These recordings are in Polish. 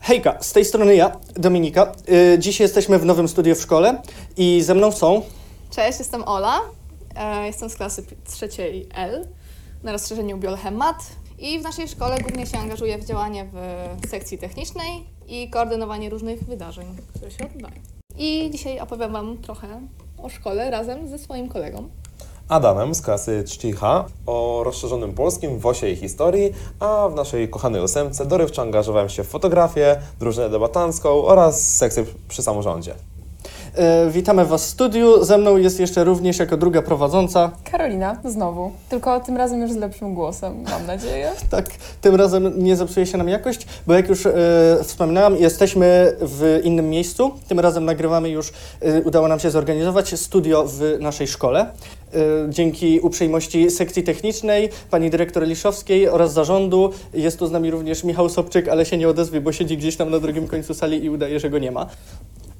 Hejka, z tej strony ja, Dominika. Yy, Dziś jesteśmy w nowym studiu w szkole i ze mną są... Cześć, jestem Ola. E, jestem z klasy pi- trzeciej L na rozszerzeniu Biolchem Mat i w naszej szkole głównie się angażuję w działanie w sekcji technicznej i koordynowanie różnych wydarzeń, które się odbywają. I dzisiaj opowiem Wam trochę o szkole razem ze swoim kolegą. Adamem z klasy Czci H o rozszerzonym polskim w osie i historii, a w naszej kochanej ósemce dorywczo angażowałem się w fotografię, drużynę debatancką oraz sekcję przy samorządzie. Yy, Witamy Was w studiu. Ze mną jest jeszcze również jako druga prowadząca. Karolina, znowu. Tylko tym razem już z lepszym głosem, mam nadzieję. Tak, tym razem nie zepsuje się nam jakość, bo jak już yy, wspominałam, jesteśmy w innym miejscu. Tym razem nagrywamy już, yy, udało nam się zorganizować studio w naszej szkole. Yy, Dzięki uprzejmości sekcji technicznej, pani dyrektor Liszowskiej oraz zarządu jest tu z nami również Michał Sobczyk, ale się nie odezwie, bo siedzi gdzieś tam na drugim końcu sali i udaje, że go nie ma.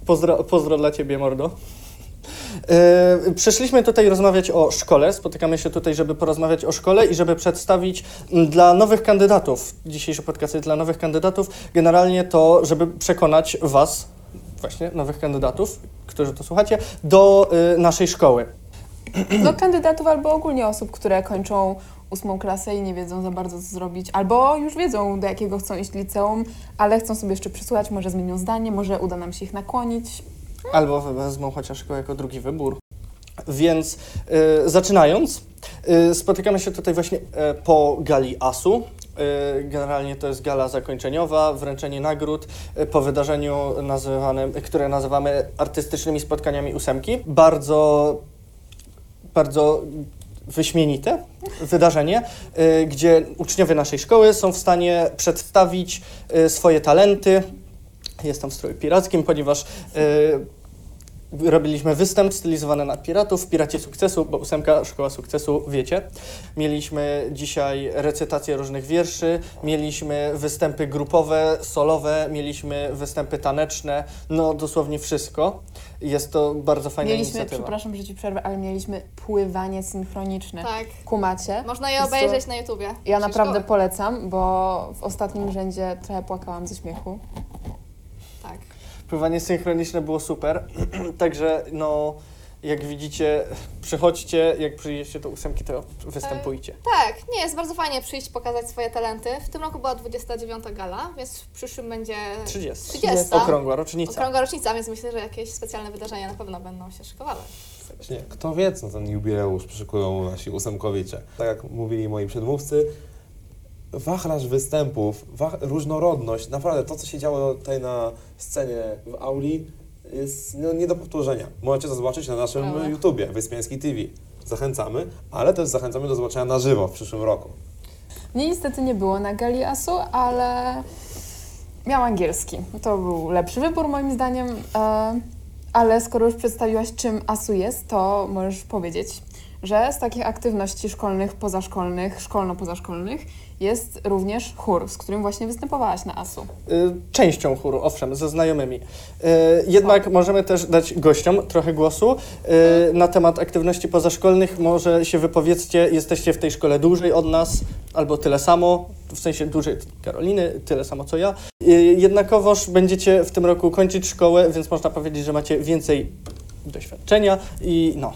Pozdro, pozdro dla ciebie, mordo. Yy, Przyszliśmy tutaj rozmawiać o szkole. Spotykamy się tutaj, żeby porozmawiać o szkole i żeby przedstawić mm, dla nowych kandydatów, dzisiejszy podcast jest dla nowych kandydatów, generalnie to, żeby przekonać Was, właśnie nowych kandydatów, którzy to słuchacie, do y, naszej szkoły. Do kandydatów albo ogólnie osób, które kończą ósmą klasę i nie wiedzą za bardzo co zrobić, albo już wiedzą do jakiego chcą iść liceum, ale chcą sobie jeszcze przysłuchać, może zmienią zdanie, może uda nam się ich nakłonić. albo wezmą chociaż go jako drugi wybór. Więc y, zaczynając, y, spotykamy się tutaj właśnie y, po gali ASU. Y, Generalnie to jest gala zakończeniowa, wręczenie nagród y, po wydarzeniu, nazywanym, które nazywamy artystycznymi spotkaniami ósemki. Bardzo, bardzo wyśmienite wydarzenie, y, gdzie uczniowie naszej szkoły są w stanie przedstawić y, swoje talenty. Jestem w stroju pirackim, ponieważ y, robiliśmy występ stylizowany na piratów, piraci sukcesu, bo ósemka szkoła sukcesu, wiecie. Mieliśmy dzisiaj recytację różnych wierszy, mieliśmy występy grupowe, solowe, mieliśmy występy taneczne, no dosłownie wszystko. Jest to bardzo fajna mieliśmy, inicjatywa. przepraszam, że ci przerwę, ale mieliśmy pływanie synchroniczne. Tak. Kumacie? Można je obejrzeć na YouTubie. Ja Naszej naprawdę szkoły. polecam, bo w ostatnim rzędzie trochę płakałam ze śmiechu. Tak. Pływanie synchroniczne było super, także no, jak widzicie, przychodźcie, jak przyjdziecie do ósemki, to występujcie. Tak, nie, jest bardzo fajnie przyjść, pokazać swoje talenty. W tym roku była 29 gala, więc w przyszłym będzie 30. 30. Okrągła rocznica. Okrągła rocznica, więc myślę, że jakieś specjalne wydarzenia na pewno będą się szykowały. Właśnie, kto wie, co ten jubileusz przyszykują nasi ósemkowicze. Tak jak mówili moi przedmówcy, wachlarz występów, wach- różnorodność, naprawdę to, co się działo tutaj na scenie w auli, jest no, nie do powtórzenia. Możecie to zobaczyć na naszym Prawda. YouTubie, Wyspiański TV. Zachęcamy, ale też zachęcamy do zobaczenia na żywo w przyszłym roku. Mnie niestety nie było na Galiasu, ale miałam angielski. To był lepszy wybór moim zdaniem. E, Ale skoro już przedstawiłaś, czym ASU jest, to możesz powiedzieć, że z takich aktywności szkolnych, pozaszkolnych, szkolno-pozaszkolnych jest również chór, z którym właśnie występowałaś na ASU. Y, Częścią chóru, owszem, ze znajomymi. Y, Jednak możemy też dać gościom trochę głosu y, na temat aktywności pozaszkolnych. Może się wypowiedzcie, jesteście w tej szkole dłużej od nas, albo tyle samo, w sensie dłużej od Karoliny, tyle samo co ja. Y, Jednakowoż będziecie w tym roku kończyć szkołę, więc można powiedzieć, że macie więcej doświadczenia i no.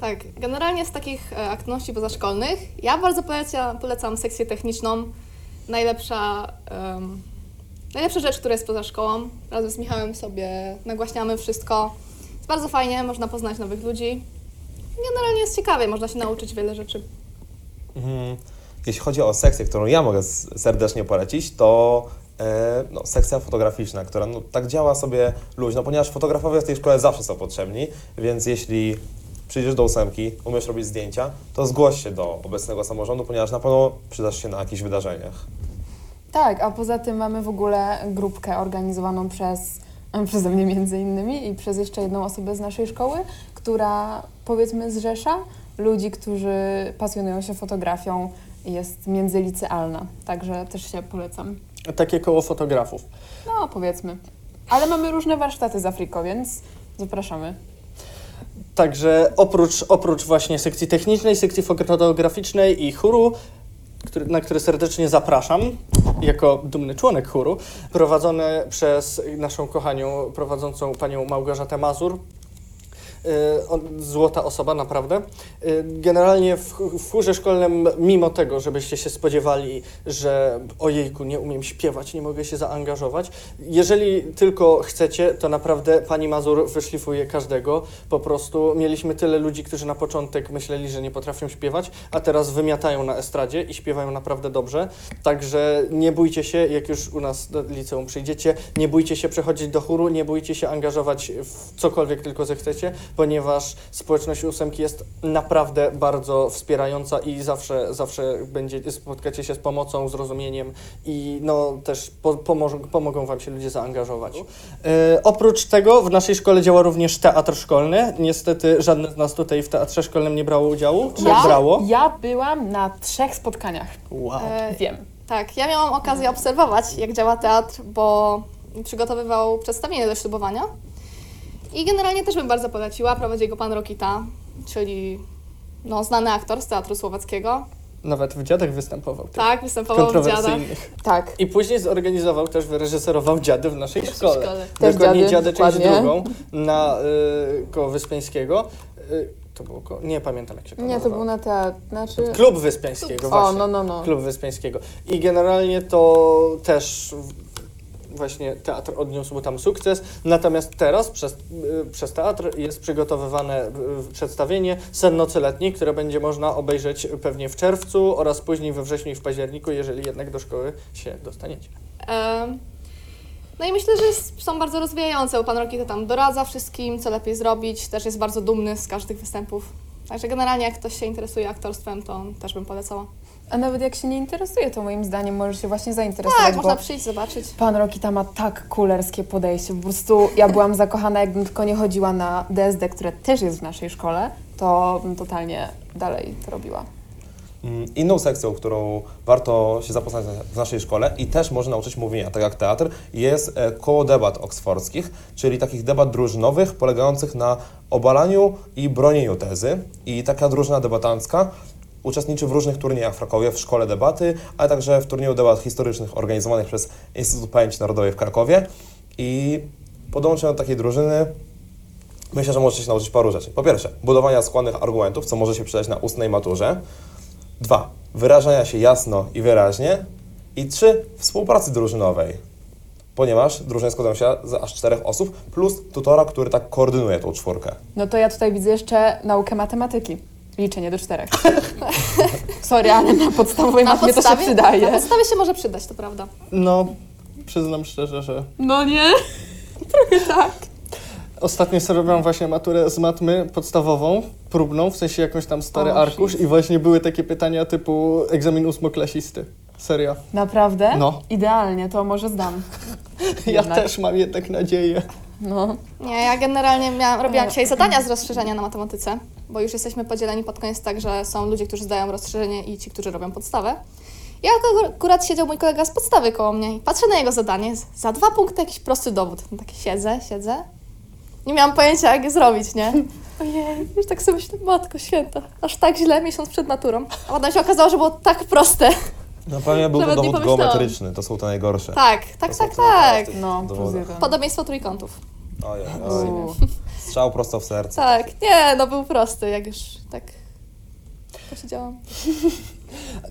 Tak, generalnie z takich e, aktywności pozaszkolnych ja bardzo polecam, polecam sekcję techniczną. Najlepsza, em, najlepsza rzecz, która jest poza szkołą. Razem z Michałem sobie nagłaśniamy wszystko. Jest bardzo fajnie, można poznać nowych ludzi. Generalnie jest ciekawie, można się nauczyć wiele rzeczy. Mhm. Jeśli chodzi o sekcję, którą ja mogę s- serdecznie polecić, to e, no, sekcja fotograficzna, która no, tak działa sobie luźno, ponieważ fotografowie w tej szkole zawsze są potrzebni, więc jeśli przyjdziesz do ósemki, umiesz robić zdjęcia, to zgłoś się do obecnego samorządu, ponieważ na pewno przydasz się na jakichś wydarzeniach. Tak, a poza tym mamy w ogóle grupkę organizowaną przez przeze mnie między innymi i przez jeszcze jedną osobę z naszej szkoły, która powiedzmy zrzesza ludzi, którzy pasjonują się fotografią i jest międzylicealna, także też się polecam. Takie koło fotografów. No, powiedzmy. Ale mamy różne warsztaty z Afryką, więc zapraszamy. Także oprócz, oprócz właśnie sekcji technicznej, sekcji fotograficznej i chóru, który, na który serdecznie zapraszam jako dumny członek chóru, prowadzone przez naszą kochanią prowadzącą panią Małgorzatę Mazur. Y, on- Złota osoba, naprawdę. Y, Generalnie w, w chórze szkolnym, mimo tego, żebyście się spodziewali, że ojejku, nie umiem śpiewać, nie mogę się zaangażować, jeżeli tylko chcecie, to naprawdę pani Mazur wyszlifuje każdego. Po prostu mieliśmy tyle ludzi, którzy na początek myśleli, że nie potrafią śpiewać, a teraz wymiatają na estradzie i śpiewają naprawdę dobrze. Także nie bójcie się, jak już u nas do liceum przyjdziecie, nie bójcie się przechodzić do chóru, nie bójcie się angażować w cokolwiek tylko zechcecie, ponieważ społeczność ósemki jest naprawdę bardzo wspierająca i zawsze, zawsze będzie, spotkacie się z pomocą, zrozumieniem i no też po, pomożą, pomogą Wam się ludzie zaangażować. E, oprócz tego w naszej szkole działa również teatr szkolny. Niestety żadne z nas tutaj w teatrze szkolnym nie brało udziału, czy brało. ja byłam na trzech spotkaniach. Wow. E, Wiem. Tak, ja miałam okazję obserwować, jak działa teatr, bo przygotowywał przedstawienie do ślubowania. I generalnie też bym bardzo poleciła. Prowadzi go pan Rokita, czyli no, znany aktor z teatru słowackiego. Nawet w dziadach występował. Tak, występował w dziadach. kontrowersyjnych. Tak. I później zorganizował też, wyreżyserował dziady w naszej szkole. szkole. Też Tylko nie dziady, dziady, część dokładnie. drugą na y, koło Wyspiańskiego. Y, to było koło, nie pamiętam jak się to Nie, to był na teatr, znaczy... Klub Wyspiańskiego, właśnie. O, no, no, no. Klub Wyspiańskiego. I generalnie to też w- właśnie teatr odniósł tam sukces, natomiast teraz przez, y, przez teatr jest przygotowywane y, przedstawienie Sen Nocy Letniej, które będzie można obejrzeć pewnie w czerwcu oraz później we wrześniu i w październiku, jeżeli jednak do szkoły się dostaniecie. Em, No i myślę, że s- są bardzo rozwijające, bo pan Rokita tam doradza wszystkim, co lepiej zrobić, też jest bardzo dumny z każdych występów. Także generalnie jak ktoś się interesuje aktorstwem, to też bym polecała. A nawet jak się nie interesuje, to moim zdaniem może się właśnie zainteresować, Tak, bo można przyjść, zobaczyć. pan Rokita ma tak kulerskie podejście. Po prostu ja byłam zakochana, jakbym tylko nie chodziła na DSD, które też jest w naszej szkole, to bym totalnie dalej to robiła. Mm, Inną sekcją, którą warto się zapoznać na- w naszej szkole i też może nauczyć mówienia, tak jak teatr, jest e, koło debat oksfordzkich, czyli takich debat drużynowych polegających na obalaniu i bronieniu tezy. I taka drużyna debatancka uczestniczy w różnych turniejach w Krakowie, w Szkole Debaty, ale także w turnieju debat historycznych organizowanych przez Instytut Pamięci Narodowej w Krakowie. I podłączę do takiej drużyny Myślę, że możecie się nauczyć paru rzeczy. Po pierwsze, budowania składnych argumentów, co może się przydać na ustnej maturze. Dwa, wyrażania się jasno i wyraźnie. I trzy, współpracy drużynowej, ponieważ drużyny składają się z aż czterech osób, plus tutora, który tak koordynuje tą czwórkę. No to ja tutaj widzę jeszcze naukę matematyki. Liczenie do czterech. Sorry, ale na podstawowej matmie to się na przydaje. podstawie się może przydać, to prawda. No, przyznam szczerze, że No nie? Trochę tak. Ostatnio sobie robiłam właśnie maturę z matmy podstawową, próbną, w sensie jakąś tam stary O, arkusz shit. i właśnie były takie pytania typu egzamin ósmoklasisty. Serio. Naprawdę? No. Idealnie, to może zdam. Ja Jednak. też mam jednak nadzieję. No. Nie, ja generalnie miałam, robiłam E, dzisiaj zadania z rozszerzenia na matematyce, bo już jesteśmy podzieleni pod koniec tak, że są ludzie, którzy zdają rozszerzenie i ci, którzy robią podstawę. Ja ak- akurat siedział mój kolega z podstawy koło mnie i patrzę na jego zadanie, z- za dwa punkty jakiś prosty dowód. No Tak siedzę, siedzę. Nie miałam pojęcia, jak je zrobić, nie? Ojej, już tak sobie myślę, matko święta, aż tak źle miesiąc przed maturą. A potem się okazało, że było tak proste. No pewnie był to Nawet nie dowód pomyślałam. geometryczny, to są te najgorsze. Tak, tak, To są tak, te najgorsze tak. w tych No, plus dowodach. jeden. Podobieństwo trójkątów. Ojej, oj. U. Strzał prosto w serce. Tak, nie, no był prosty, jak już tak posiedziałam.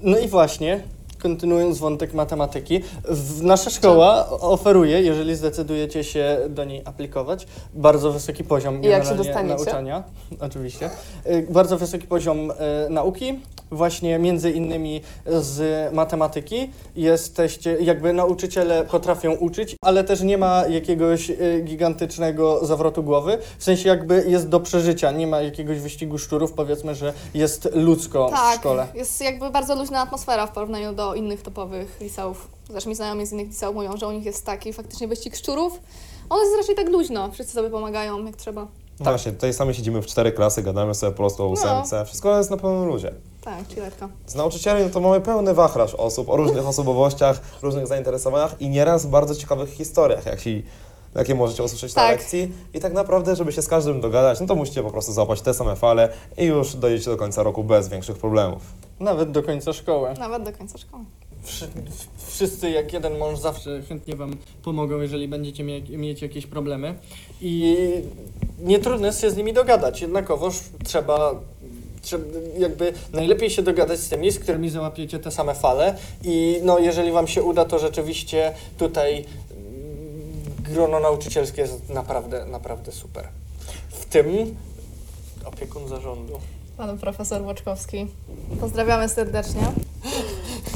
No i właśnie, kontynuując wątek matematyki, w, nasza szkoła oferuje, jeżeli zdecydujecie się do niej aplikować, bardzo wysoki poziom I jak się generalnie dostaniecie? nauczania, oczywiście. Y, Bardzo wysoki poziom y, nauki, właśnie między innymi z matematyki. Jesteście, jakby nauczyciele potrafią uczyć, ale też nie ma jakiegoś y, gigantycznego zawrotu głowy, w sensie jakby jest do przeżycia, nie ma jakiegoś wyścigu szczurów, powiedzmy, że jest ludzko Tak. w szkole. Tak, jest jakby bardzo luźna atmosfera w porównaniu do innych topowych liceów. Zresztą mi znajomi z innych liceów mówią, że u nich jest taki faktycznie wyścig szczurów. On jest raczej tak luźno, wszyscy sobie pomagają jak trzeba. Tak. Właśnie, tutaj sami siedzimy w cztery klasy, gadamy sobie po prostu o ósemce. No. Wszystko jest na pełnym luzie. Tak, chillerka. Z nauczycieli no to mamy pełny wachlarz osób o różnych osobowościach, różnych zainteresowaniach i nieraz bardzo ciekawych historiach, jak ci jakie możecie usłyszeć na Tak. lekcji. I tak naprawdę, żeby się z każdym dogadać, no to musicie po prostu złapać te same fale i już dojdziecie do końca roku bez większych problemów. Nawet do końca szkoły. Nawet do końca szkoły. Wszy- w- Wszyscy jak jeden mąż zawsze chętnie Wam pomogą, jeżeli będziecie mie- mieć jakieś problemy. I nie trudno jest się z nimi dogadać, jednakowoż trzeba, trzeba jakby najlepiej się dogadać z tymi, z którymi załapiecie te same fale i no jeżeli Wam się uda, to rzeczywiście tutaj mm, grono nauczycielskie jest naprawdę, naprawdę super. W tym opiekun zarządu. Pan profesor Łoczkowski. Pozdrawiamy serdecznie.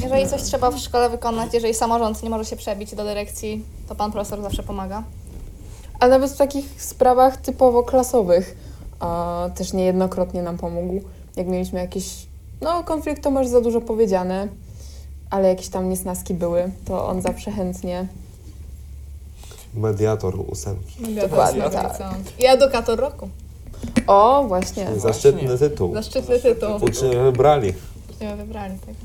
Jeżeli coś trzeba w szkole wykonać, jeżeli samorząd nie może się przebić do dyrekcji, to pan profesor zawsze pomaga. A nawet w takich sprawach typowo klasowych a, też niejednokrotnie nam pomógł. Jak mieliśmy jakiś, no konflikt to może za dużo powiedziane, ale jakieś tam niesnaski były, to on zawsze chętnie. Mediator ósemki. Dokładnie, tak. I edukator roku. O, właśnie. Zaszczytny tytuł. Zaszczytny tytuł. Uczniowie wybrali. Uczniowie wybrali tego.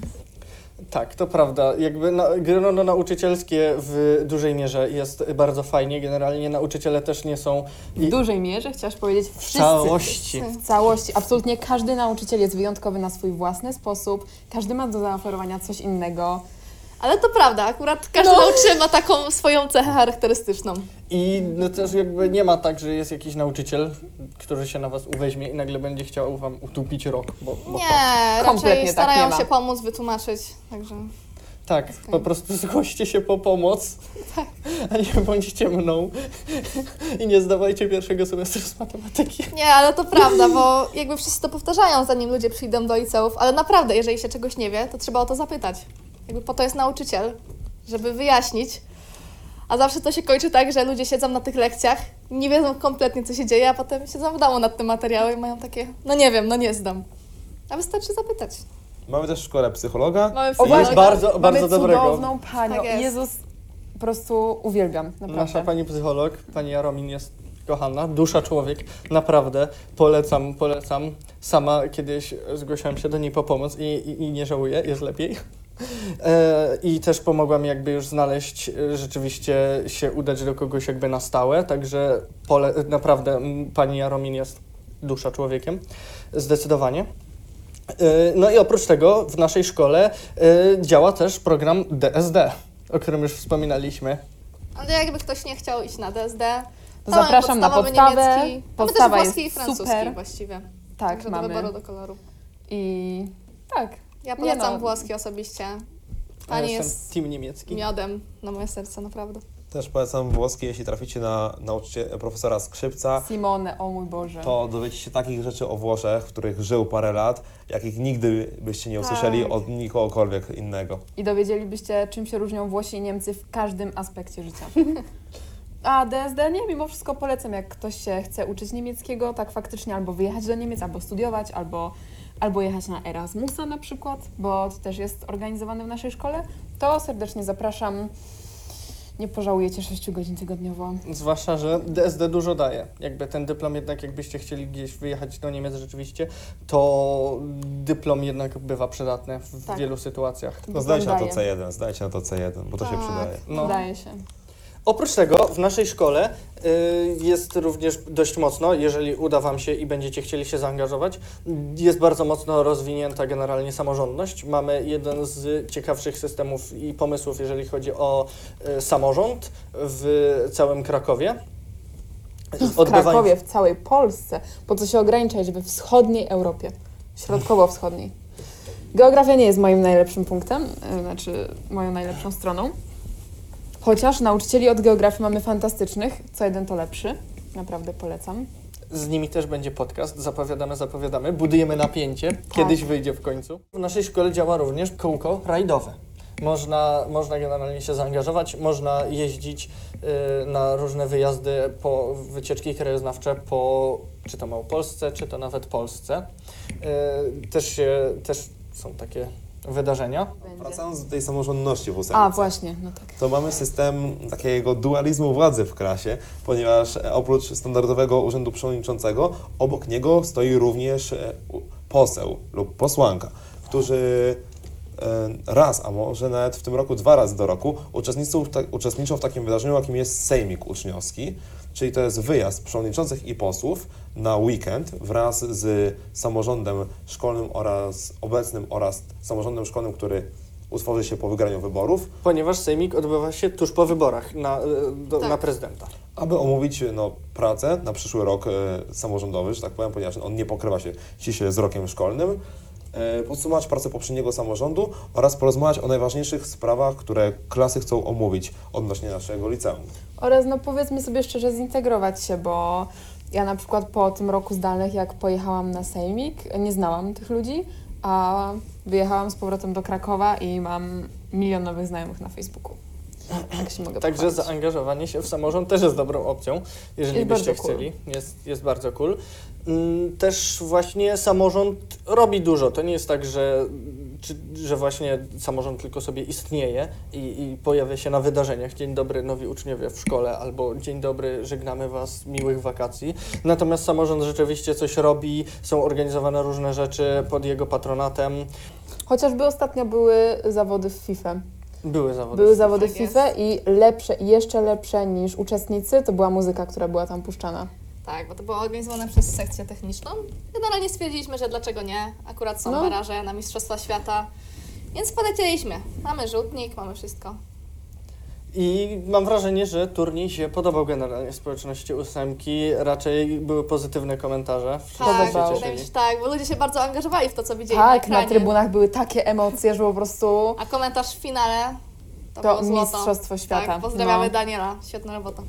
Tak, to prawda. Jakby na, grono nauczycielskie w dużej mierze jest bardzo fajnie. Generalnie nauczyciele też nie są W dużej mierze chciałaś powiedzieć w wszyscy. całości. Wszyscy. W całości. Absolutnie każdy nauczyciel jest wyjątkowy na swój własny sposób. Każdy ma do zaoferowania coś innego. Ale to prawda, akurat każdy nauczyciel ma taką swoją cechę charakterystyczną. I no też jakby nie ma tak, że jest jakiś nauczyciel, który się na was uweźmie i nagle będzie chciał wam utupić rok. Bo, bo tak. Nie, Kompletnie raczej tak starają nie ma. się pomóc, wytłumaczyć. Także tak, po prostu zgłoście się po pomoc, Tak. a nie bądźcie mną i nie zdawajcie pierwszego semestru z matematyki. nie, ale to prawda, bo jakby wszyscy to powtarzają, zanim ludzie przyjdą do liceów, ale naprawdę, jeżeli się czegoś nie wie, to trzeba o to zapytać. Jakby po to jest nauczyciel, żeby wyjaśnić. A zawsze to się kończy tak, że ludzie siedzą na tych lekcjach, nie wiedzą kompletnie, co się dzieje, a potem siedzą w domu nad tym materiałem i mają takie, no nie wiem, no nie znam. A wystarczy zapytać. Mamy też w szkole psychologa. Mamy O, psychologa. Jest No, bardzo, Mamy bardzo dobrego. cudowną panią. Tak jest. Jezus, po prostu uwielbiam, naprawdę. Nasza pani psycholog, pani Jaromin jest kochana, dusza człowiek, naprawdę polecam, polecam. Sama kiedyś zgłosiłam się do niej po pomoc i, i, i nie żałuję, jest lepiej. E, I też pomogła mi jakby już znaleźć, e, rzeczywiście się udać do kogoś jakby na stałe, także pole, naprawdę m, pani Jaromin jest dusza człowiekiem, zdecydowanie. E, No i oprócz tego w naszej szkole e, działa też program DSD, o którym już wspominaliśmy. Ale jakby ktoś nie chciał iść na DSD, To to mamy zapraszam na podstawowy podstawę. niemiecki, Podstawa mamy też włoski jest i francuski super. właściwie. Tak, Także do wyboru mamy. do koloru. I tak. Ja Nie polecam no. włoski osobiście. Ja Pani jestem jest team niemiecki. miodem na moje serce, naprawdę. Też polecam włoski, jeśli traficie na nauczycie profesora Skrzypca. Simone, o mój Boże. To dowiecie się takich rzeczy o Włoszech, w których żył parę lat, jakich nigdy byście nie usłyszeli Tak. od nikogokolwiek innego. I dowiedzielibyście, czym się różnią Włosi i Niemcy w każdym aspekcie życia. A DSD nie, mimo wszystko polecam, jak ktoś się chce uczyć niemieckiego, tak faktycznie albo wyjechać do Niemiec, albo studiować, albo, albo jechać na Erasmusa na przykład, bo to też jest organizowane w naszej szkole, to serdecznie zapraszam. Nie pożałujecie 6 godzin tygodniowo. Zwłaszcza, że DSD dużo daje. Jakby ten dyplom jednak, jakbyście chcieli gdzieś wyjechać do Niemiec rzeczywiście, to dyplom jednak bywa przydatny w Tak. wielu sytuacjach. No zdajcie na to C1, zdajcie na to C1, bo to się Tak. przydaje. No. Wydaje się. Oprócz tego w naszej szkole y, jest również dość mocno, jeżeli uda Wam się i będziecie chcieli się zaangażować, jest bardzo mocno rozwinięta generalnie samorządność. Mamy jeden z ciekawszych systemów i pomysłów, jeżeli chodzi o y, samorząd w całym Krakowie. W Odbywają- Krakowie, w całej Polsce, po co się ograniczać, żeby w wschodniej Europie, środkowo-wschodniej. Geografia nie jest moim najlepszym punktem, y, znaczy moją najlepszą stroną. Chociaż nauczycieli od geografii mamy fantastycznych, co jeden to lepszy, naprawdę polecam. Z nimi też będzie podcast. Zapowiadamy, zapowiadamy. Budujemy napięcie. Kiedyś wyjdzie w końcu. W naszej szkole działa również kółko rajdowe. Można, można generalnie się zaangażować, można jeździć y, na różne wyjazdy po wycieczki krajoznawcze po czy to Małopolsce, czy to nawet Polsce. Y, też, się, też są takie wydarzenia. Wracając do tej samorządności w ósemce. A, właśnie, no tak. to mamy system takiego dualizmu władzy w klasie, ponieważ e, oprócz standardowego urzędu przewodniczącego, obok niego stoi również e, u- poseł lub posłanka, którzy e, raz, a może nawet w tym roku dwa razy do roku uczestniczą w, ta, uczestniczą w takim wydarzeniu, jakim jest Sejmik Uczniowski, czyli to jest wyjazd przewodniczących i posłów na weekend wraz z samorządem szkolnym oraz obecnym oraz samorządem szkolnym, który utworzy się po wygraniu wyborów, Ponieważ sejmik odbywa się tuż po wyborach na, e, do, Tak. na prezydenta. aby omówić no, pracę na przyszły rok e, samorządowy, że tak powiem, ponieważ on nie pokrywa się ściśle z rokiem szkolnym, e, podsumować pracę poprzedniego samorządu oraz porozmawiać o najważniejszych sprawach, które klasy chcą omówić odnośnie naszego liceum. Oraz no powiedzmy sobie szczerze, zintegrować się, bo ja na przykład po tym roku zdalnych, jak pojechałam na Sejmik, nie znałam tych ludzi, a wyjechałam z powrotem do Krakowa i mam milion nowych znajomych na Facebooku. Tak się mogę Także pochwalić. zaangażowanie się w samorząd też jest dobrą opcją, jeżeli Jest byście bardzo cool. chcieli. Jest, jest bardzo cool. Mm, Też właśnie samorząd robi dużo. To nie jest tak, że, czy, że właśnie samorząd tylko sobie istnieje i, i pojawia się na wydarzeniach. Dzień dobry, nowi uczniowie w szkole, albo dzień dobry, żegnamy Was, miłych wakacji. Natomiast samorząd rzeczywiście coś robi, są organizowane różne rzeczy pod jego patronatem. Chociażby ostatnio były zawody w FIFA. Były zawody. Były zawody w Tak jest. FIFA i lepsze, jeszcze lepsze niż uczestnicy, to była muzyka, która była tam puszczana. Tak, bo to było organizowane przez sekcję techniczną. Generalnie stwierdziliśmy, że dlaczego nie. Akurat są No. baraże na Mistrzostwa Świata, więc polecieliśmy. Mamy rzutnik, mamy wszystko. I mam wrażenie, że turniej się podobał generalnie społeczności ósemki. Raczej były pozytywne komentarze. Wszyscy Tak, Podobało. wydaje mi się tak, bo ludzie się bardzo angażowali w to, co widzieli na Tak, na ekranie. trybunach były takie emocje, że po prostu A komentarz w finale to, To było złoto. Mistrzostwo Świata. Tak, pozdrawiamy No. Daniela, świetna robota.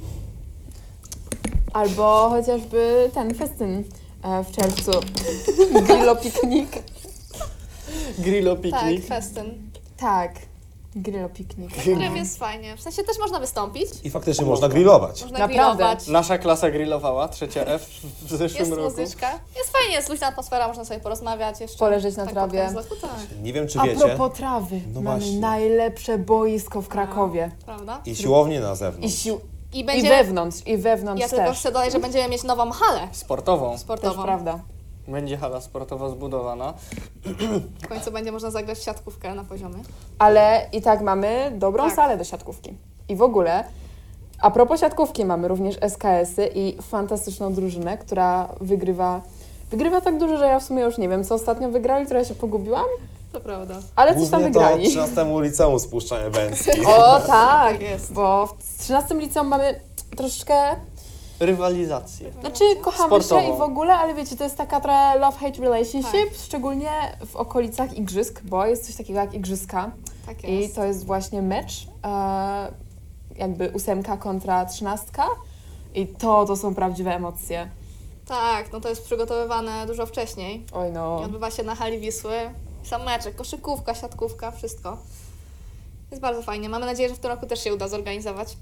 Albo chociażby ten festyn e, w czerwcu. Grillo piknik. Grillo Tak, piknik. festyn, Tak, grillo piknik. w którym jest fajnie. W sensie też można wystąpić, I faktycznie można grillować. można Naprawdę. grillować. Nasza klasa grillowała, trzecia F w zeszłym tak. Jest roku. muzyczka. Jest fajnie, jest luźna atmosfera, można sobie porozmawiać jeszcze. Poleżeć na Tak, trawie. po prostu, tak, Nie wiem, czy A wiecie, propos trawy, No mamy właśnie. najlepsze boisko w Krakowie. prawda? i siłownie na I, zewnątrz. sił, I i będzie. wewnątrz, i wewnątrz Ja tylko też. chcę dodać, że będziemy mieć nową halę Sportową. Też sportową. prawda. Będzie hala sportowa zbudowana. W końcu będzie można zagrać w siatkówkę na poziomie. Ale i tak mamy dobrą Tak. salę do siatkówki. I w ogóle, a propos siatkówki, mamy również SKS-y i fantastyczną drużynę, która wygrywa. Wygrywa tak dużo, że ja w sumie już nie wiem, co ostatnio wygrali, która się pogubiłam, To prawda. ale coś tam Głównie to wygrali. 13 liceum spuszczanie węski. O tak, jest. bo w 13 liceum mamy troszeczkę, Rywalizację. znaczy kochamy Sportową. się i w ogóle, ale wiecie, to jest taka trochę love-hate relationship, Tak. szczególnie w okolicach igrzysk, bo jest coś takiego jak igrzyska Tak i jest. to jest właśnie mecz, e, jakby ósemka kontra trzynastka i to, to są prawdziwe emocje. Tak, no to jest przygotowywane dużo wcześniej. Oj I no, odbywa się na hali Wisły. Sam meczek, koszykówka, siatkówka, wszystko. Jest bardzo fajnie. Mamy nadzieję, że w tym roku też się uda zorganizować.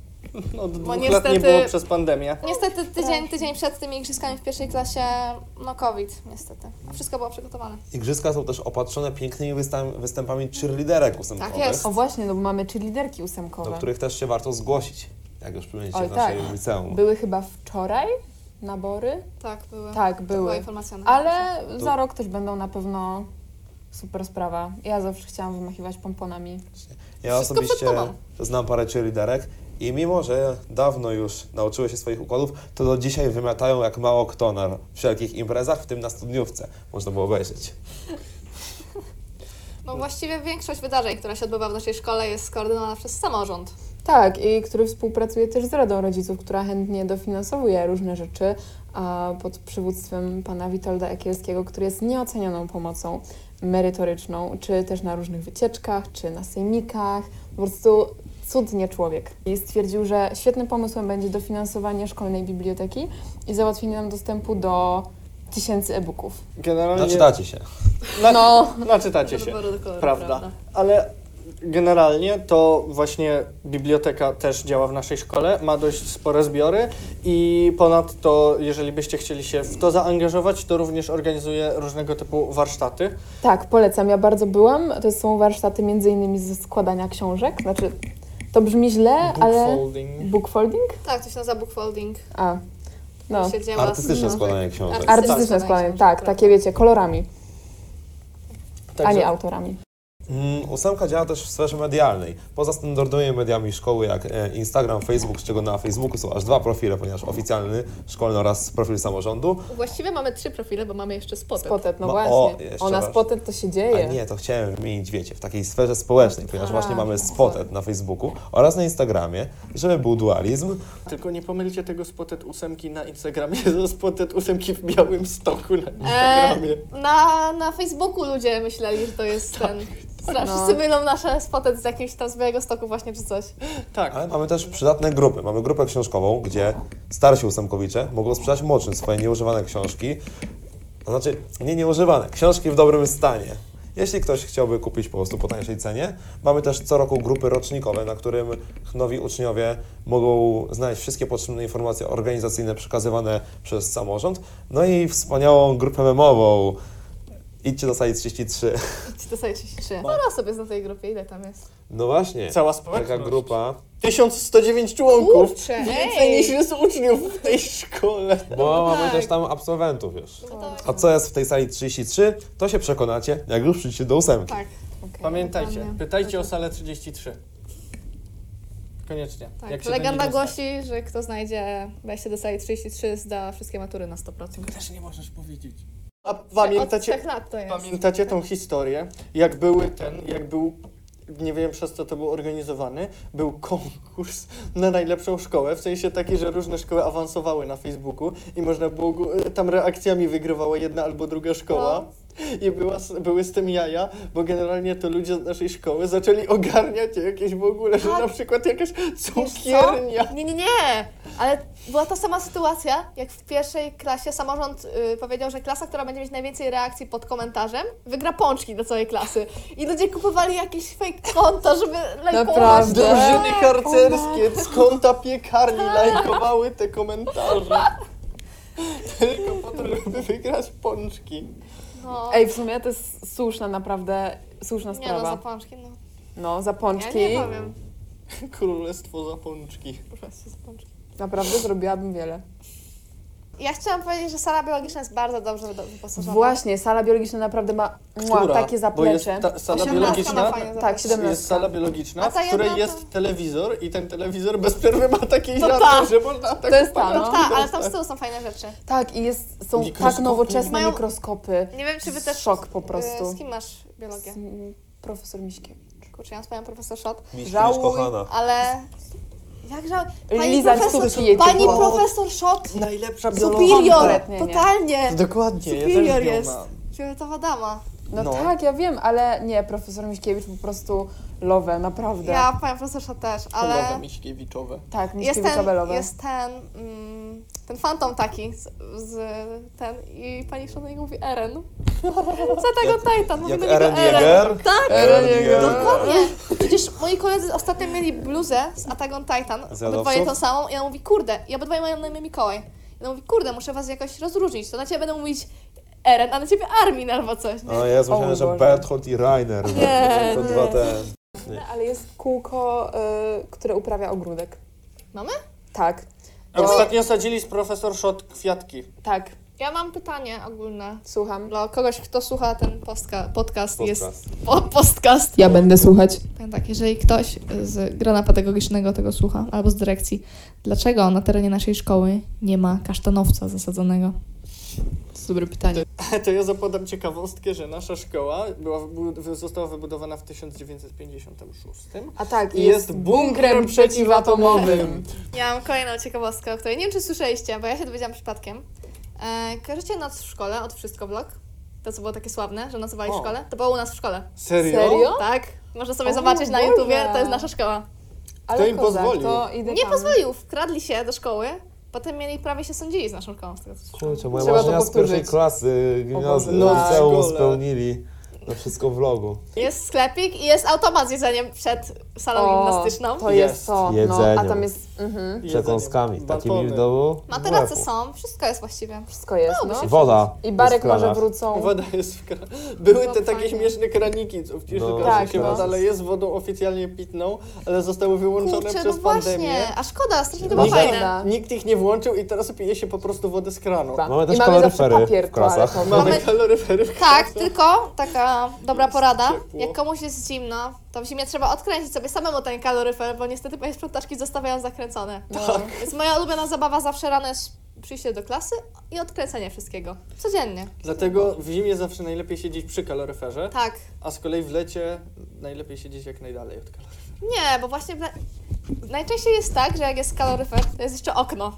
No, Od dwóch lat niestety- nie było przez pandemię. Niestety Tak. tydzień, tydzień przed tymi igrzyskami w pierwszej klasie, no COVID niestety. A wszystko było przygotowane. Igrzyska są też opatrzone pięknymi występ, występami cheerleaderek ósemkowych, jest. o właśnie, no bo mamy liderki do ósemkowe. których też się warto zgłosić, jak już Oj, przypomnieliście w naszym tak. liceum. Były chyba wczoraj nabory? Tak, były. Tak, To była były. informacja na Ale To- za rok też będą na pewno super sprawa. Ja zawsze chciałam wymachiwać pomponami. Ja Wszystko osobiście przed tobą. znam parę cheerleaderek i mimo, że dawno już nauczyły się swoich układów, to do dzisiaj wymiatają jak mało kto na wszelkich imprezach, w tym na studniówce. Można było obejrzeć. No właściwie większość wydarzeń, która się odbywa w naszej szkole jest skoordynowana przez samorząd. Tak, i który współpracuje też z Radą Rodziców, która chętnie dofinansowuje różne rzeczy a pod przywództwem pana Witolda Ekielskiego, który jest nieocenioną pomocą merytoryczną, czy też na różnych wycieczkach, czy na sejmikach. Po prostu cudnie człowiek. I stwierdził, że świetnym pomysłem będzie dofinansowanie szkolnej biblioteki i załatwienie nam dostępu do tysięcy e-booków. Generalnie. Naczytacie Znaczy, się. Na, No. Naczytacie Od się. wyboru do koloru, Prawda. prawda. Ale generalnie to właśnie biblioteka też działa w naszej szkole, ma dość spore zbiory i ponadto, jeżeli byście chcieli się w to zaangażować, to również organizuje różnego typu warsztaty. Tak, polecam. Ja bardzo byłam. To są warsztaty między innymi ze składania książek. Znaczy, to brzmi źle, ale... Bookfolding. Bookfolding? Tak, to się nazywa bookfolding. A, no. To się dzieła z- Artystyczne no. składanie książek. Arty- Artystyczne Tak, składanie, tak, tak, tak. takie wiecie, kolorami, a Także- nie autorami. Mm, ósemka działa też w sferze medialnej. Poza standardowymi mediami szkoły jak e, Instagram, Facebook, z czego na Facebooku są aż dwa profile, ponieważ oficjalny, szkolny oraz profil samorządu. Właściwie mamy trzy profile, bo mamy jeszcze spoty. Spotet, no Ma- właśnie. o, jeszcze Ona raz. spotet to się dzieje. A nie, to chciałem wymienić, wiecie, w takiej sferze społecznej, ponieważ właśnie mamy spotet na Facebooku oraz na Instagramie, żeby był dualizm. Tylko nie pomylcie tego spotet ósemki na Instagramie ze spotet ósemki w Białym Stoku na Instagramie. na, na Facebooku ludzie myśleli, że to jest Tak, ten. Strasznie No. no. mylą nasze spotet z jakimś tam z Białego Stoku właśnie czy coś. Tak. Ale mamy też przydatne grupy. Mamy grupę książkową, gdzie starsi ósemkowicze mogą sprzedać młodszym swoje nieużywane książki. To znaczy, nie nieużywane, książki w dobrym stanie. Jeśli ktoś chciałby kupić po prostu po tańszej cenie, mamy też co roku grupy rocznikowe, na którym nowi uczniowie mogą znaleźć wszystkie potrzebne informacje organizacyjne przekazywane przez samorząd. No i wspaniałą grupę memową. Idźcie do sali 33. Idźcie do sobie 33. No. Pora sobie na tej grupie, ile tam jest? No właśnie. Cała Taka społeczność. grupa. 1109 członków. Kurczę, Więcej ej. niż jest uczniów w tej szkole. Bo No mamy tak. też tam absolwentów już. tak. A co jest w tej sali 33, to się przekonacie, jak już przyjdziecie do ósemki. Tak. Okej. Pamiętajcie, pytajcie o Dobrze. salę 33. Koniecznie. Tak, Jak się legenda będzie dostać. głosi, że kto znajdzie wejście do sali 33, zda wszystkie matury na 100%. Tego też nie możesz powiedzieć. A pamiętacie, Od trzech lat to jest. Pamiętacie tą historię? Jak były ten, jak był, nie wiem przez co to był organizowany, był konkurs na najlepszą szkołę, w sensie taki, że różne szkoły awansowały na Facebooku i można było, go- tam reakcjami wygrywała jedna albo druga szkoła. No. I była, s- były z tym jaja, bo generalnie to ludzie z naszej szkoły zaczęli ogarniać jakieś w ogóle, że Tak. na przykład jakaś Wiesz co? cukiernia. Nie, nie, nie! Ale była ta sama sytuacja, jak w pierwszej klasie samorząd y, powiedział, że klasa, która będzie mieć najwięcej reakcji pod komentarzem, wygra pączki dla całej klasy. I ludzie kupowali jakieś fake konta, żeby lajkować. Naprawdę? Drużyny harcerskie z kąta piekarni lajkowały te komentarze. Tylko po to, żeby wygrać pączki. No. Ej, w sumie to jest słuszna, naprawdę słuszna nie no, za sprawa. pączki, no. No, za Ja pączki. nie powiem. Królestwo za pączki. Proszę, za pączki. Naprawdę zrobiłabym wiele. Ja chciałam powiedzieć, że sala biologiczna jest bardzo dobrze do- wyposażona. Właśnie, sala biologiczna naprawdę ma mua, Która? takie Bo jest zaplecze. ta- sala Osiemnastka ma biologiczna, fajne zaplecze. Tak, 17. jest sala biologiczna, A ta w której jedna to- jest telewizor i ten telewizor bez przerwy ma takie To ziarno, ta. że można tak To jest ta, popatrzeć. No No, tak, ale tam z tyłu są fajne rzeczy. Tak, i jest, są tak Mikroskopy. nowoczesne Mają- mikroskopy. Nie wiem, czy wy też... Szok po Y, prostu. Z kim masz biologię? Z- Profesor Miśkiewicz. Kurczę, ja mam z panią profesor Szot. Mistrz Żałuj. kochana. Ale. Jak żał. Liza, skutki jej pani typu. profesor Szot Najlepsza biologia. Superior! Kompletnie nie. Totalnie! Dokładnie, ja też Superior ją jest. mam. Fioletowa dama. No, No. tak, ja wiem, ale nie, profesor Miśkiewicz po prostu love, naprawdę. Ja panią profesor Szot też, Kulowe ale. Miśkiewiczowe. Tak, Jest Miśkiewicz ten. abelowe. Jest ten. Mm, ten fantom taki z, z ten i pani Szonej mówi Eren. Za tego Titan, mówi Jak do niego Eren Eren. Jäger? Tak, Eren Jäger. dokładnie. Przecież moi koledzy ostatnio mieli bluzę z Attack on Titan, Z obydwoje Jadowców? tą samą i ona mówi, kurde, i obydwoje mają na imię Mikołaj. I ona mówi, kurde, muszę was jakoś rozróżnić, to na ciebie będę mówić Eren, a na ciebie Armin albo coś. O Jezu, myślałem, O że Boże. Berthold i Rainer. Nie, To nie. dwa te... Ale jest kółko, y, które uprawia ogródek. Mamy? Tak, A Ostatnio sadzili z profesor Szot kwiatki. tak, Ja mam pytanie ogólne. słucham. Dla kogoś, kto słucha ten postka- podcast, jest Podcast. po- podcast. Ja będę słuchać. Powiem tak, jeżeli ktoś z grona pedagogicznego tego słucha, albo z dyrekcji, dlaczego na terenie naszej szkoły nie ma kasztanowca zasadzonego? To jest dobre pytanie. To ja zapodam ciekawostkę, że nasza szkoła była, wybu- została wybudowana w 1956. A tak, I i jest jest bunkrem bunkrem przeciwatomowym. Ja mam kolejną ciekawostkę, o której nie wiem, czy słyszeliście, bo ja się dowiedziałam przypadkiem. E, kojarzycie noc w szkole od Wszystko Blog? To, co było takie sławne, że nocowali w O. szkole? To było u nas w szkole. Serio? Serio? Tak, można sobie O zobaczyć na Boże. YouTubie, to jest nasza szkoła. Kto Ale im kozak, pozwolił? to idę Nie tam. pozwolił, wkradli się do szkoły, potem mieli prawie się sądzili z naszą szkołą. Z tego, co słyszałam. Kurczę, moje Trzeba to marzenia z pierwszej powtórzyć. klasy, O gimnazjum, Boże, tak. liceum Szkole. spełnili. To wszystko w logu. Jest sklepik i jest automat z jedzeniem przed salą O, gimnastyczną. To jest, Jest. to, no, a Jedzeniem. tam jest, mhm, Jedzenie, Przekąskami, takimi batony. w domu. Materace w są, wszystko jest właściwie. wszystko jest, no. Woda. I barek w sklanach. może wrócą. Woda jest w kra... Były No te takie fajnie. śmieszne kraniki, co w ciszy No, no, tak, się no. podaleje z wodą oficjalnie pitną, ale zostały wyłączone Kurczę, no przez pandemię. właśnie, a szkoda, strasznie to No było Nikt, Szkoda. fajne. nikt ich nie włączył i teraz pije się po prostu wodę z kranu. Ba. Mamy też I mamy zawsze kaloryfery papier w klasach. No, toaletowy. Mamy Mamy- kaloryfery w Tak, klasie. tylko taka Kolejna dobra porada. ciepło. Jak komuś jest zimno, to w zimie trzeba odkręcić sobie samemu ten kaloryfer, bo niestety moje sprzątaczki zostawiają zakręcone. No. Tak. Więc moja ulubiona zabawa zawsze rano jest przyjście do klasy i odkręcenie wszystkiego. Codziennie. Dlatego w zimie zawsze najlepiej siedzieć przy kaloryferze, Tak. a z kolei w lecie najlepiej siedzieć jak najdalej od kaloryfera. Nie, bo właśnie w... najczęściej jest tak, że jak jest kaloryfer, to jest jeszcze okno.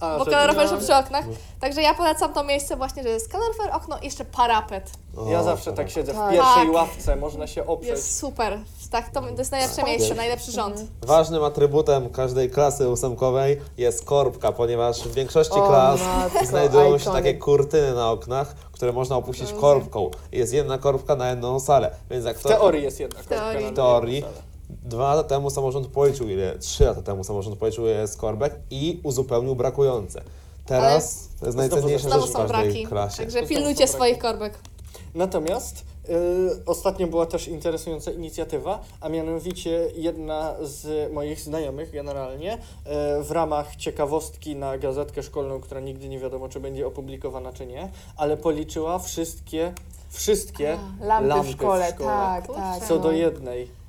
A, Bo że- No. kaloryfer są przy oknach. Także ja polecam to miejsce właśnie, że jest kaloryfer, okno i jeszcze parapet. Ja zawsze tak siedzę w Tak. pierwszej Tak. ławce, można się oprzeć. Jest super. Tak, to, to jest najlepsze miejsce, najlepszy rząd. Ważnym atrybutem każdej klasy ósemkowej jest korbka, ponieważ w większości O, klas matko, znajdują się iconic. takie kurtyny na oknach, które można opuścić No. korbką. Jest jedna korbka na jedną salę, więc jak W to... teorii jest jedna teorii. korbka. W teorii. Dwa lata temu samorząd policzył ile, trzy lata temu samorząd policzył ile jest korbek i uzupełnił brakujące. Teraz to jest najcenniejsza Znowu rzecz w są każdej braki. klasie. Także pilnujcie swoich korbek. Natomiast y, ostatnio była też interesująca inicjatywa, a mianowicie jedna z moich znajomych generalnie y, w ramach ciekawostki na gazetkę szkolną, która nigdy nie wiadomo, czy będzie opublikowana, czy nie, ale policzyła wszystkie, wszystkie Lampy, w szkole, tak, Kurczę. tak. co no. do jednej.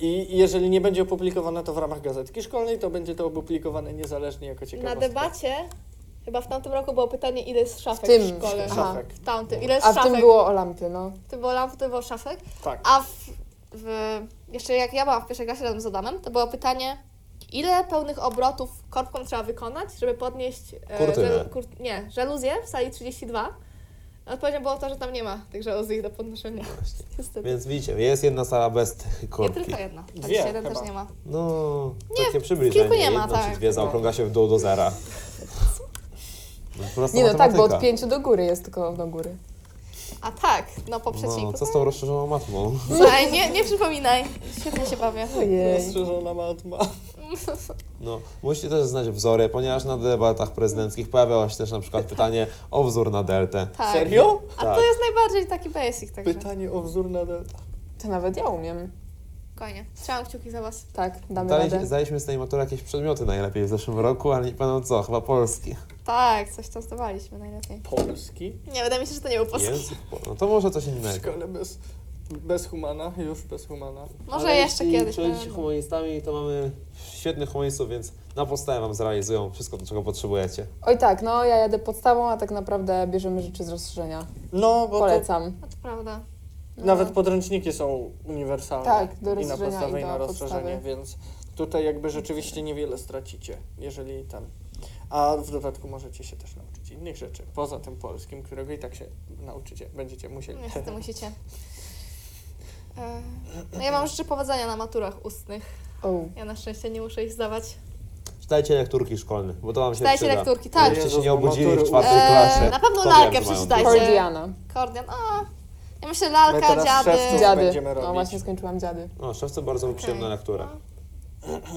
I jeżeli nie będzie opublikowane to w ramach gazetki szkolnej, to będzie to opublikowane niezależnie jako Na ciekawostka. debacie, chyba w tamtym roku było pytanie, ile jest szafek w, tym. szkole. Aha. Szafek. W tamtym, ile jest A w szafek. tym było o lampy, no. To było lamp, to było szafek. Tak. A w, w, jeszcze jak ja byłam w pierwszej klasie razem z Adamem, to było pytanie, ile pełnych obrotów korbką trzeba wykonać, żeby podnieść e, Kurtynę. żel- kur, nie, żaluzję w sali 32. Odpowiedzią było to, że tam nie ma tych żaluzji do podnoszenia. Niestety. Więc widzicie, jest jedna sala bez tych Nie korbki. tylko jedna. Tak, Dwie jeden chyba. też nie ma. No, Nie, takie w przybliżenie. kilku nie ma, Jedno tak. czy dwie zaokrąga się w dół do zera. No, prosta Nie no, tak, bo matematyka. od pięciu do góry jest tylko do góry. A tak, no po przecinku. No, co z tą rozszerzoną matmą? Słuchaj, nie, nie przypominaj. Świetnie się bawię. Ojej. Rozszerzona matma. No, musicie też znać wzory, ponieważ na debatach prezydenckich pojawiało się też na przykład pytanie o wzór na deltę. Tak. Serio? A Tak. to jest najbardziej taki basic, także Pytanie o wzór na delta. To nawet ja umiem. spokojnie. Trzymam kciuki za was. Tak, damy Dali, radę. zdaliśmy z tej matury jakieś przedmioty najlepiej w zeszłym roku, ale nie pamiętam co, chyba polski. Tak, coś tam zdawaliśmy najlepiej. Polski? Nie, wydaje mi się, że to nie był polski. Język, no to może coś W innego. szkole bez, bez humana, już bez humana. Może Ale jeszcze jeśli kiedyś. na czujecie się pewno. humanistami, to mamy świetnych humanistów, więc na podstawie Wam zrealizują wszystko, do czego potrzebujecie. Oj tak, no ja jadę podstawą, a tak naprawdę bierzemy rzeczy z rozszerzenia. No, bo to Polecam. No. No to prawda. No. nawet podręczniki są uniwersalne. Tak, do I na rozszerzenia, podstawę, i i na do rozszerzenie, podstawy. więc tutaj jakby rzeczywiście niewiele stracicie, jeżeli tam. A w dodatku możecie się też nauczyć innych rzeczy, poza tym polskim, którego i tak się nauczycie, będziecie musieli. No No, Niestety musicie. E, No ja mam życzę powodzenia na maturach ustnych. O. Ja na szczęście nie muszę ich zdawać. Czytajcie lekturki szkolne, bo to Wam się Czytajcie przyda. lekturki, tak. Jeśli się Jezus, nie obudzili w matury czwartej ósmej. klasie. Eee, na pewno to lalkę wiem, że mają przeczytajcie. dużo. Kordiana. Kordian, a ja myślę My lalka, teraz dziady. szewców Dziad- Dziady. będziemy robić? No właśnie skończyłam dziady. No, szewcy bardzo przyjemna Okej. lektura.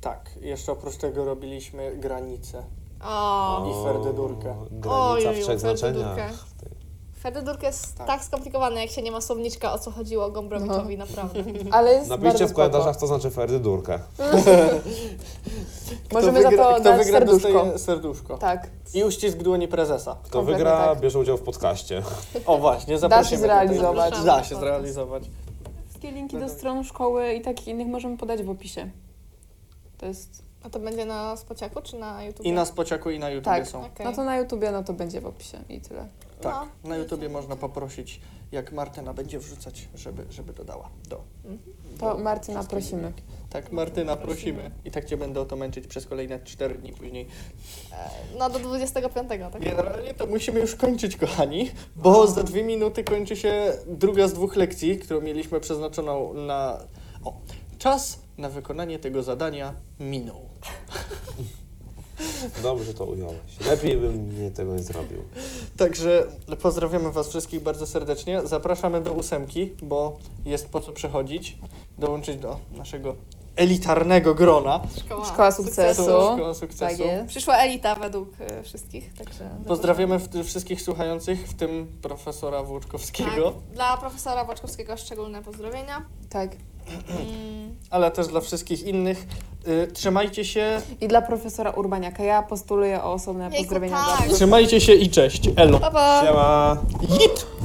Tak, jeszcze oprócz tego robiliśmy granice. O, I ferdydurkę. Granica Oj, w trzech ferdydurkę. znaczeniach. Ferdydurk jest Tak. tak. skomplikowany, jak się nie ma słowniczka, o co chodziło Gombrowiczowi, naprawdę. Ale jest bardzo Napiszcie w spoko. komentarzach, co znaczy ferdydurkę. Możemy Kto za to kto dać wygra, serduszko. dostaje serduszko. Tak. I uścisk dłoni prezesa. Kto Kompletnie wygra, tak. bierze udział w podcaście. O właśnie, zaprosimy. tutaj. zrealizować. Da się zrealizować. Wszystkie linki do stron szkoły i takich innych możemy podać w opisie. To jest... A to będzie na Spociaku czy na YouTube? I na Spociaku, i na YouTubie Tak. są. Okej. No to na YouTubie, no to będzie w opisie i tyle. Tak, No. na YouTubie można poprosić, jak Martyna będzie wrzucać, żeby, żeby dodała do. To Martyna prosimy. Tak, Martyna, prosimy. I tak Cię będę o to męczyć przez kolejne 4 dni później. No do 25, tak? Generalnie to musimy już kończyć, kochani, bo za dwie minuty kończy się druga z dwóch lekcji, którą mieliśmy przeznaczoną na... O, czas na wykonanie tego zadania minął. Dobrze to ująłeś. Lepiej bym nie tego nie zrobił. Także pozdrawiamy Was wszystkich bardzo serdecznie. Zapraszamy do ósemki, bo jest po co przechodzić, dołączyć do naszego elitarnego grona. Szkoła, Szkoła sukcesu. Szkoła sukcesu. Tak jest. Przyszła elita według e, wszystkich, także... zapraszamy. Pozdrawiamy w- wszystkich słuchających, w tym profesora Włóczkowskiego, Tak, dla profesora Boczkowskiego szczególne pozdrowienia. Tak. Mm, ale też dla wszystkich innych. Y, Trzymajcie się, I dla profesora Urbaniaka. Ja postuluję o osobne Jejku, pozdrowienia tak. dla trzymajcie się i cześć. Elo. pa, pa. Siema! Jit!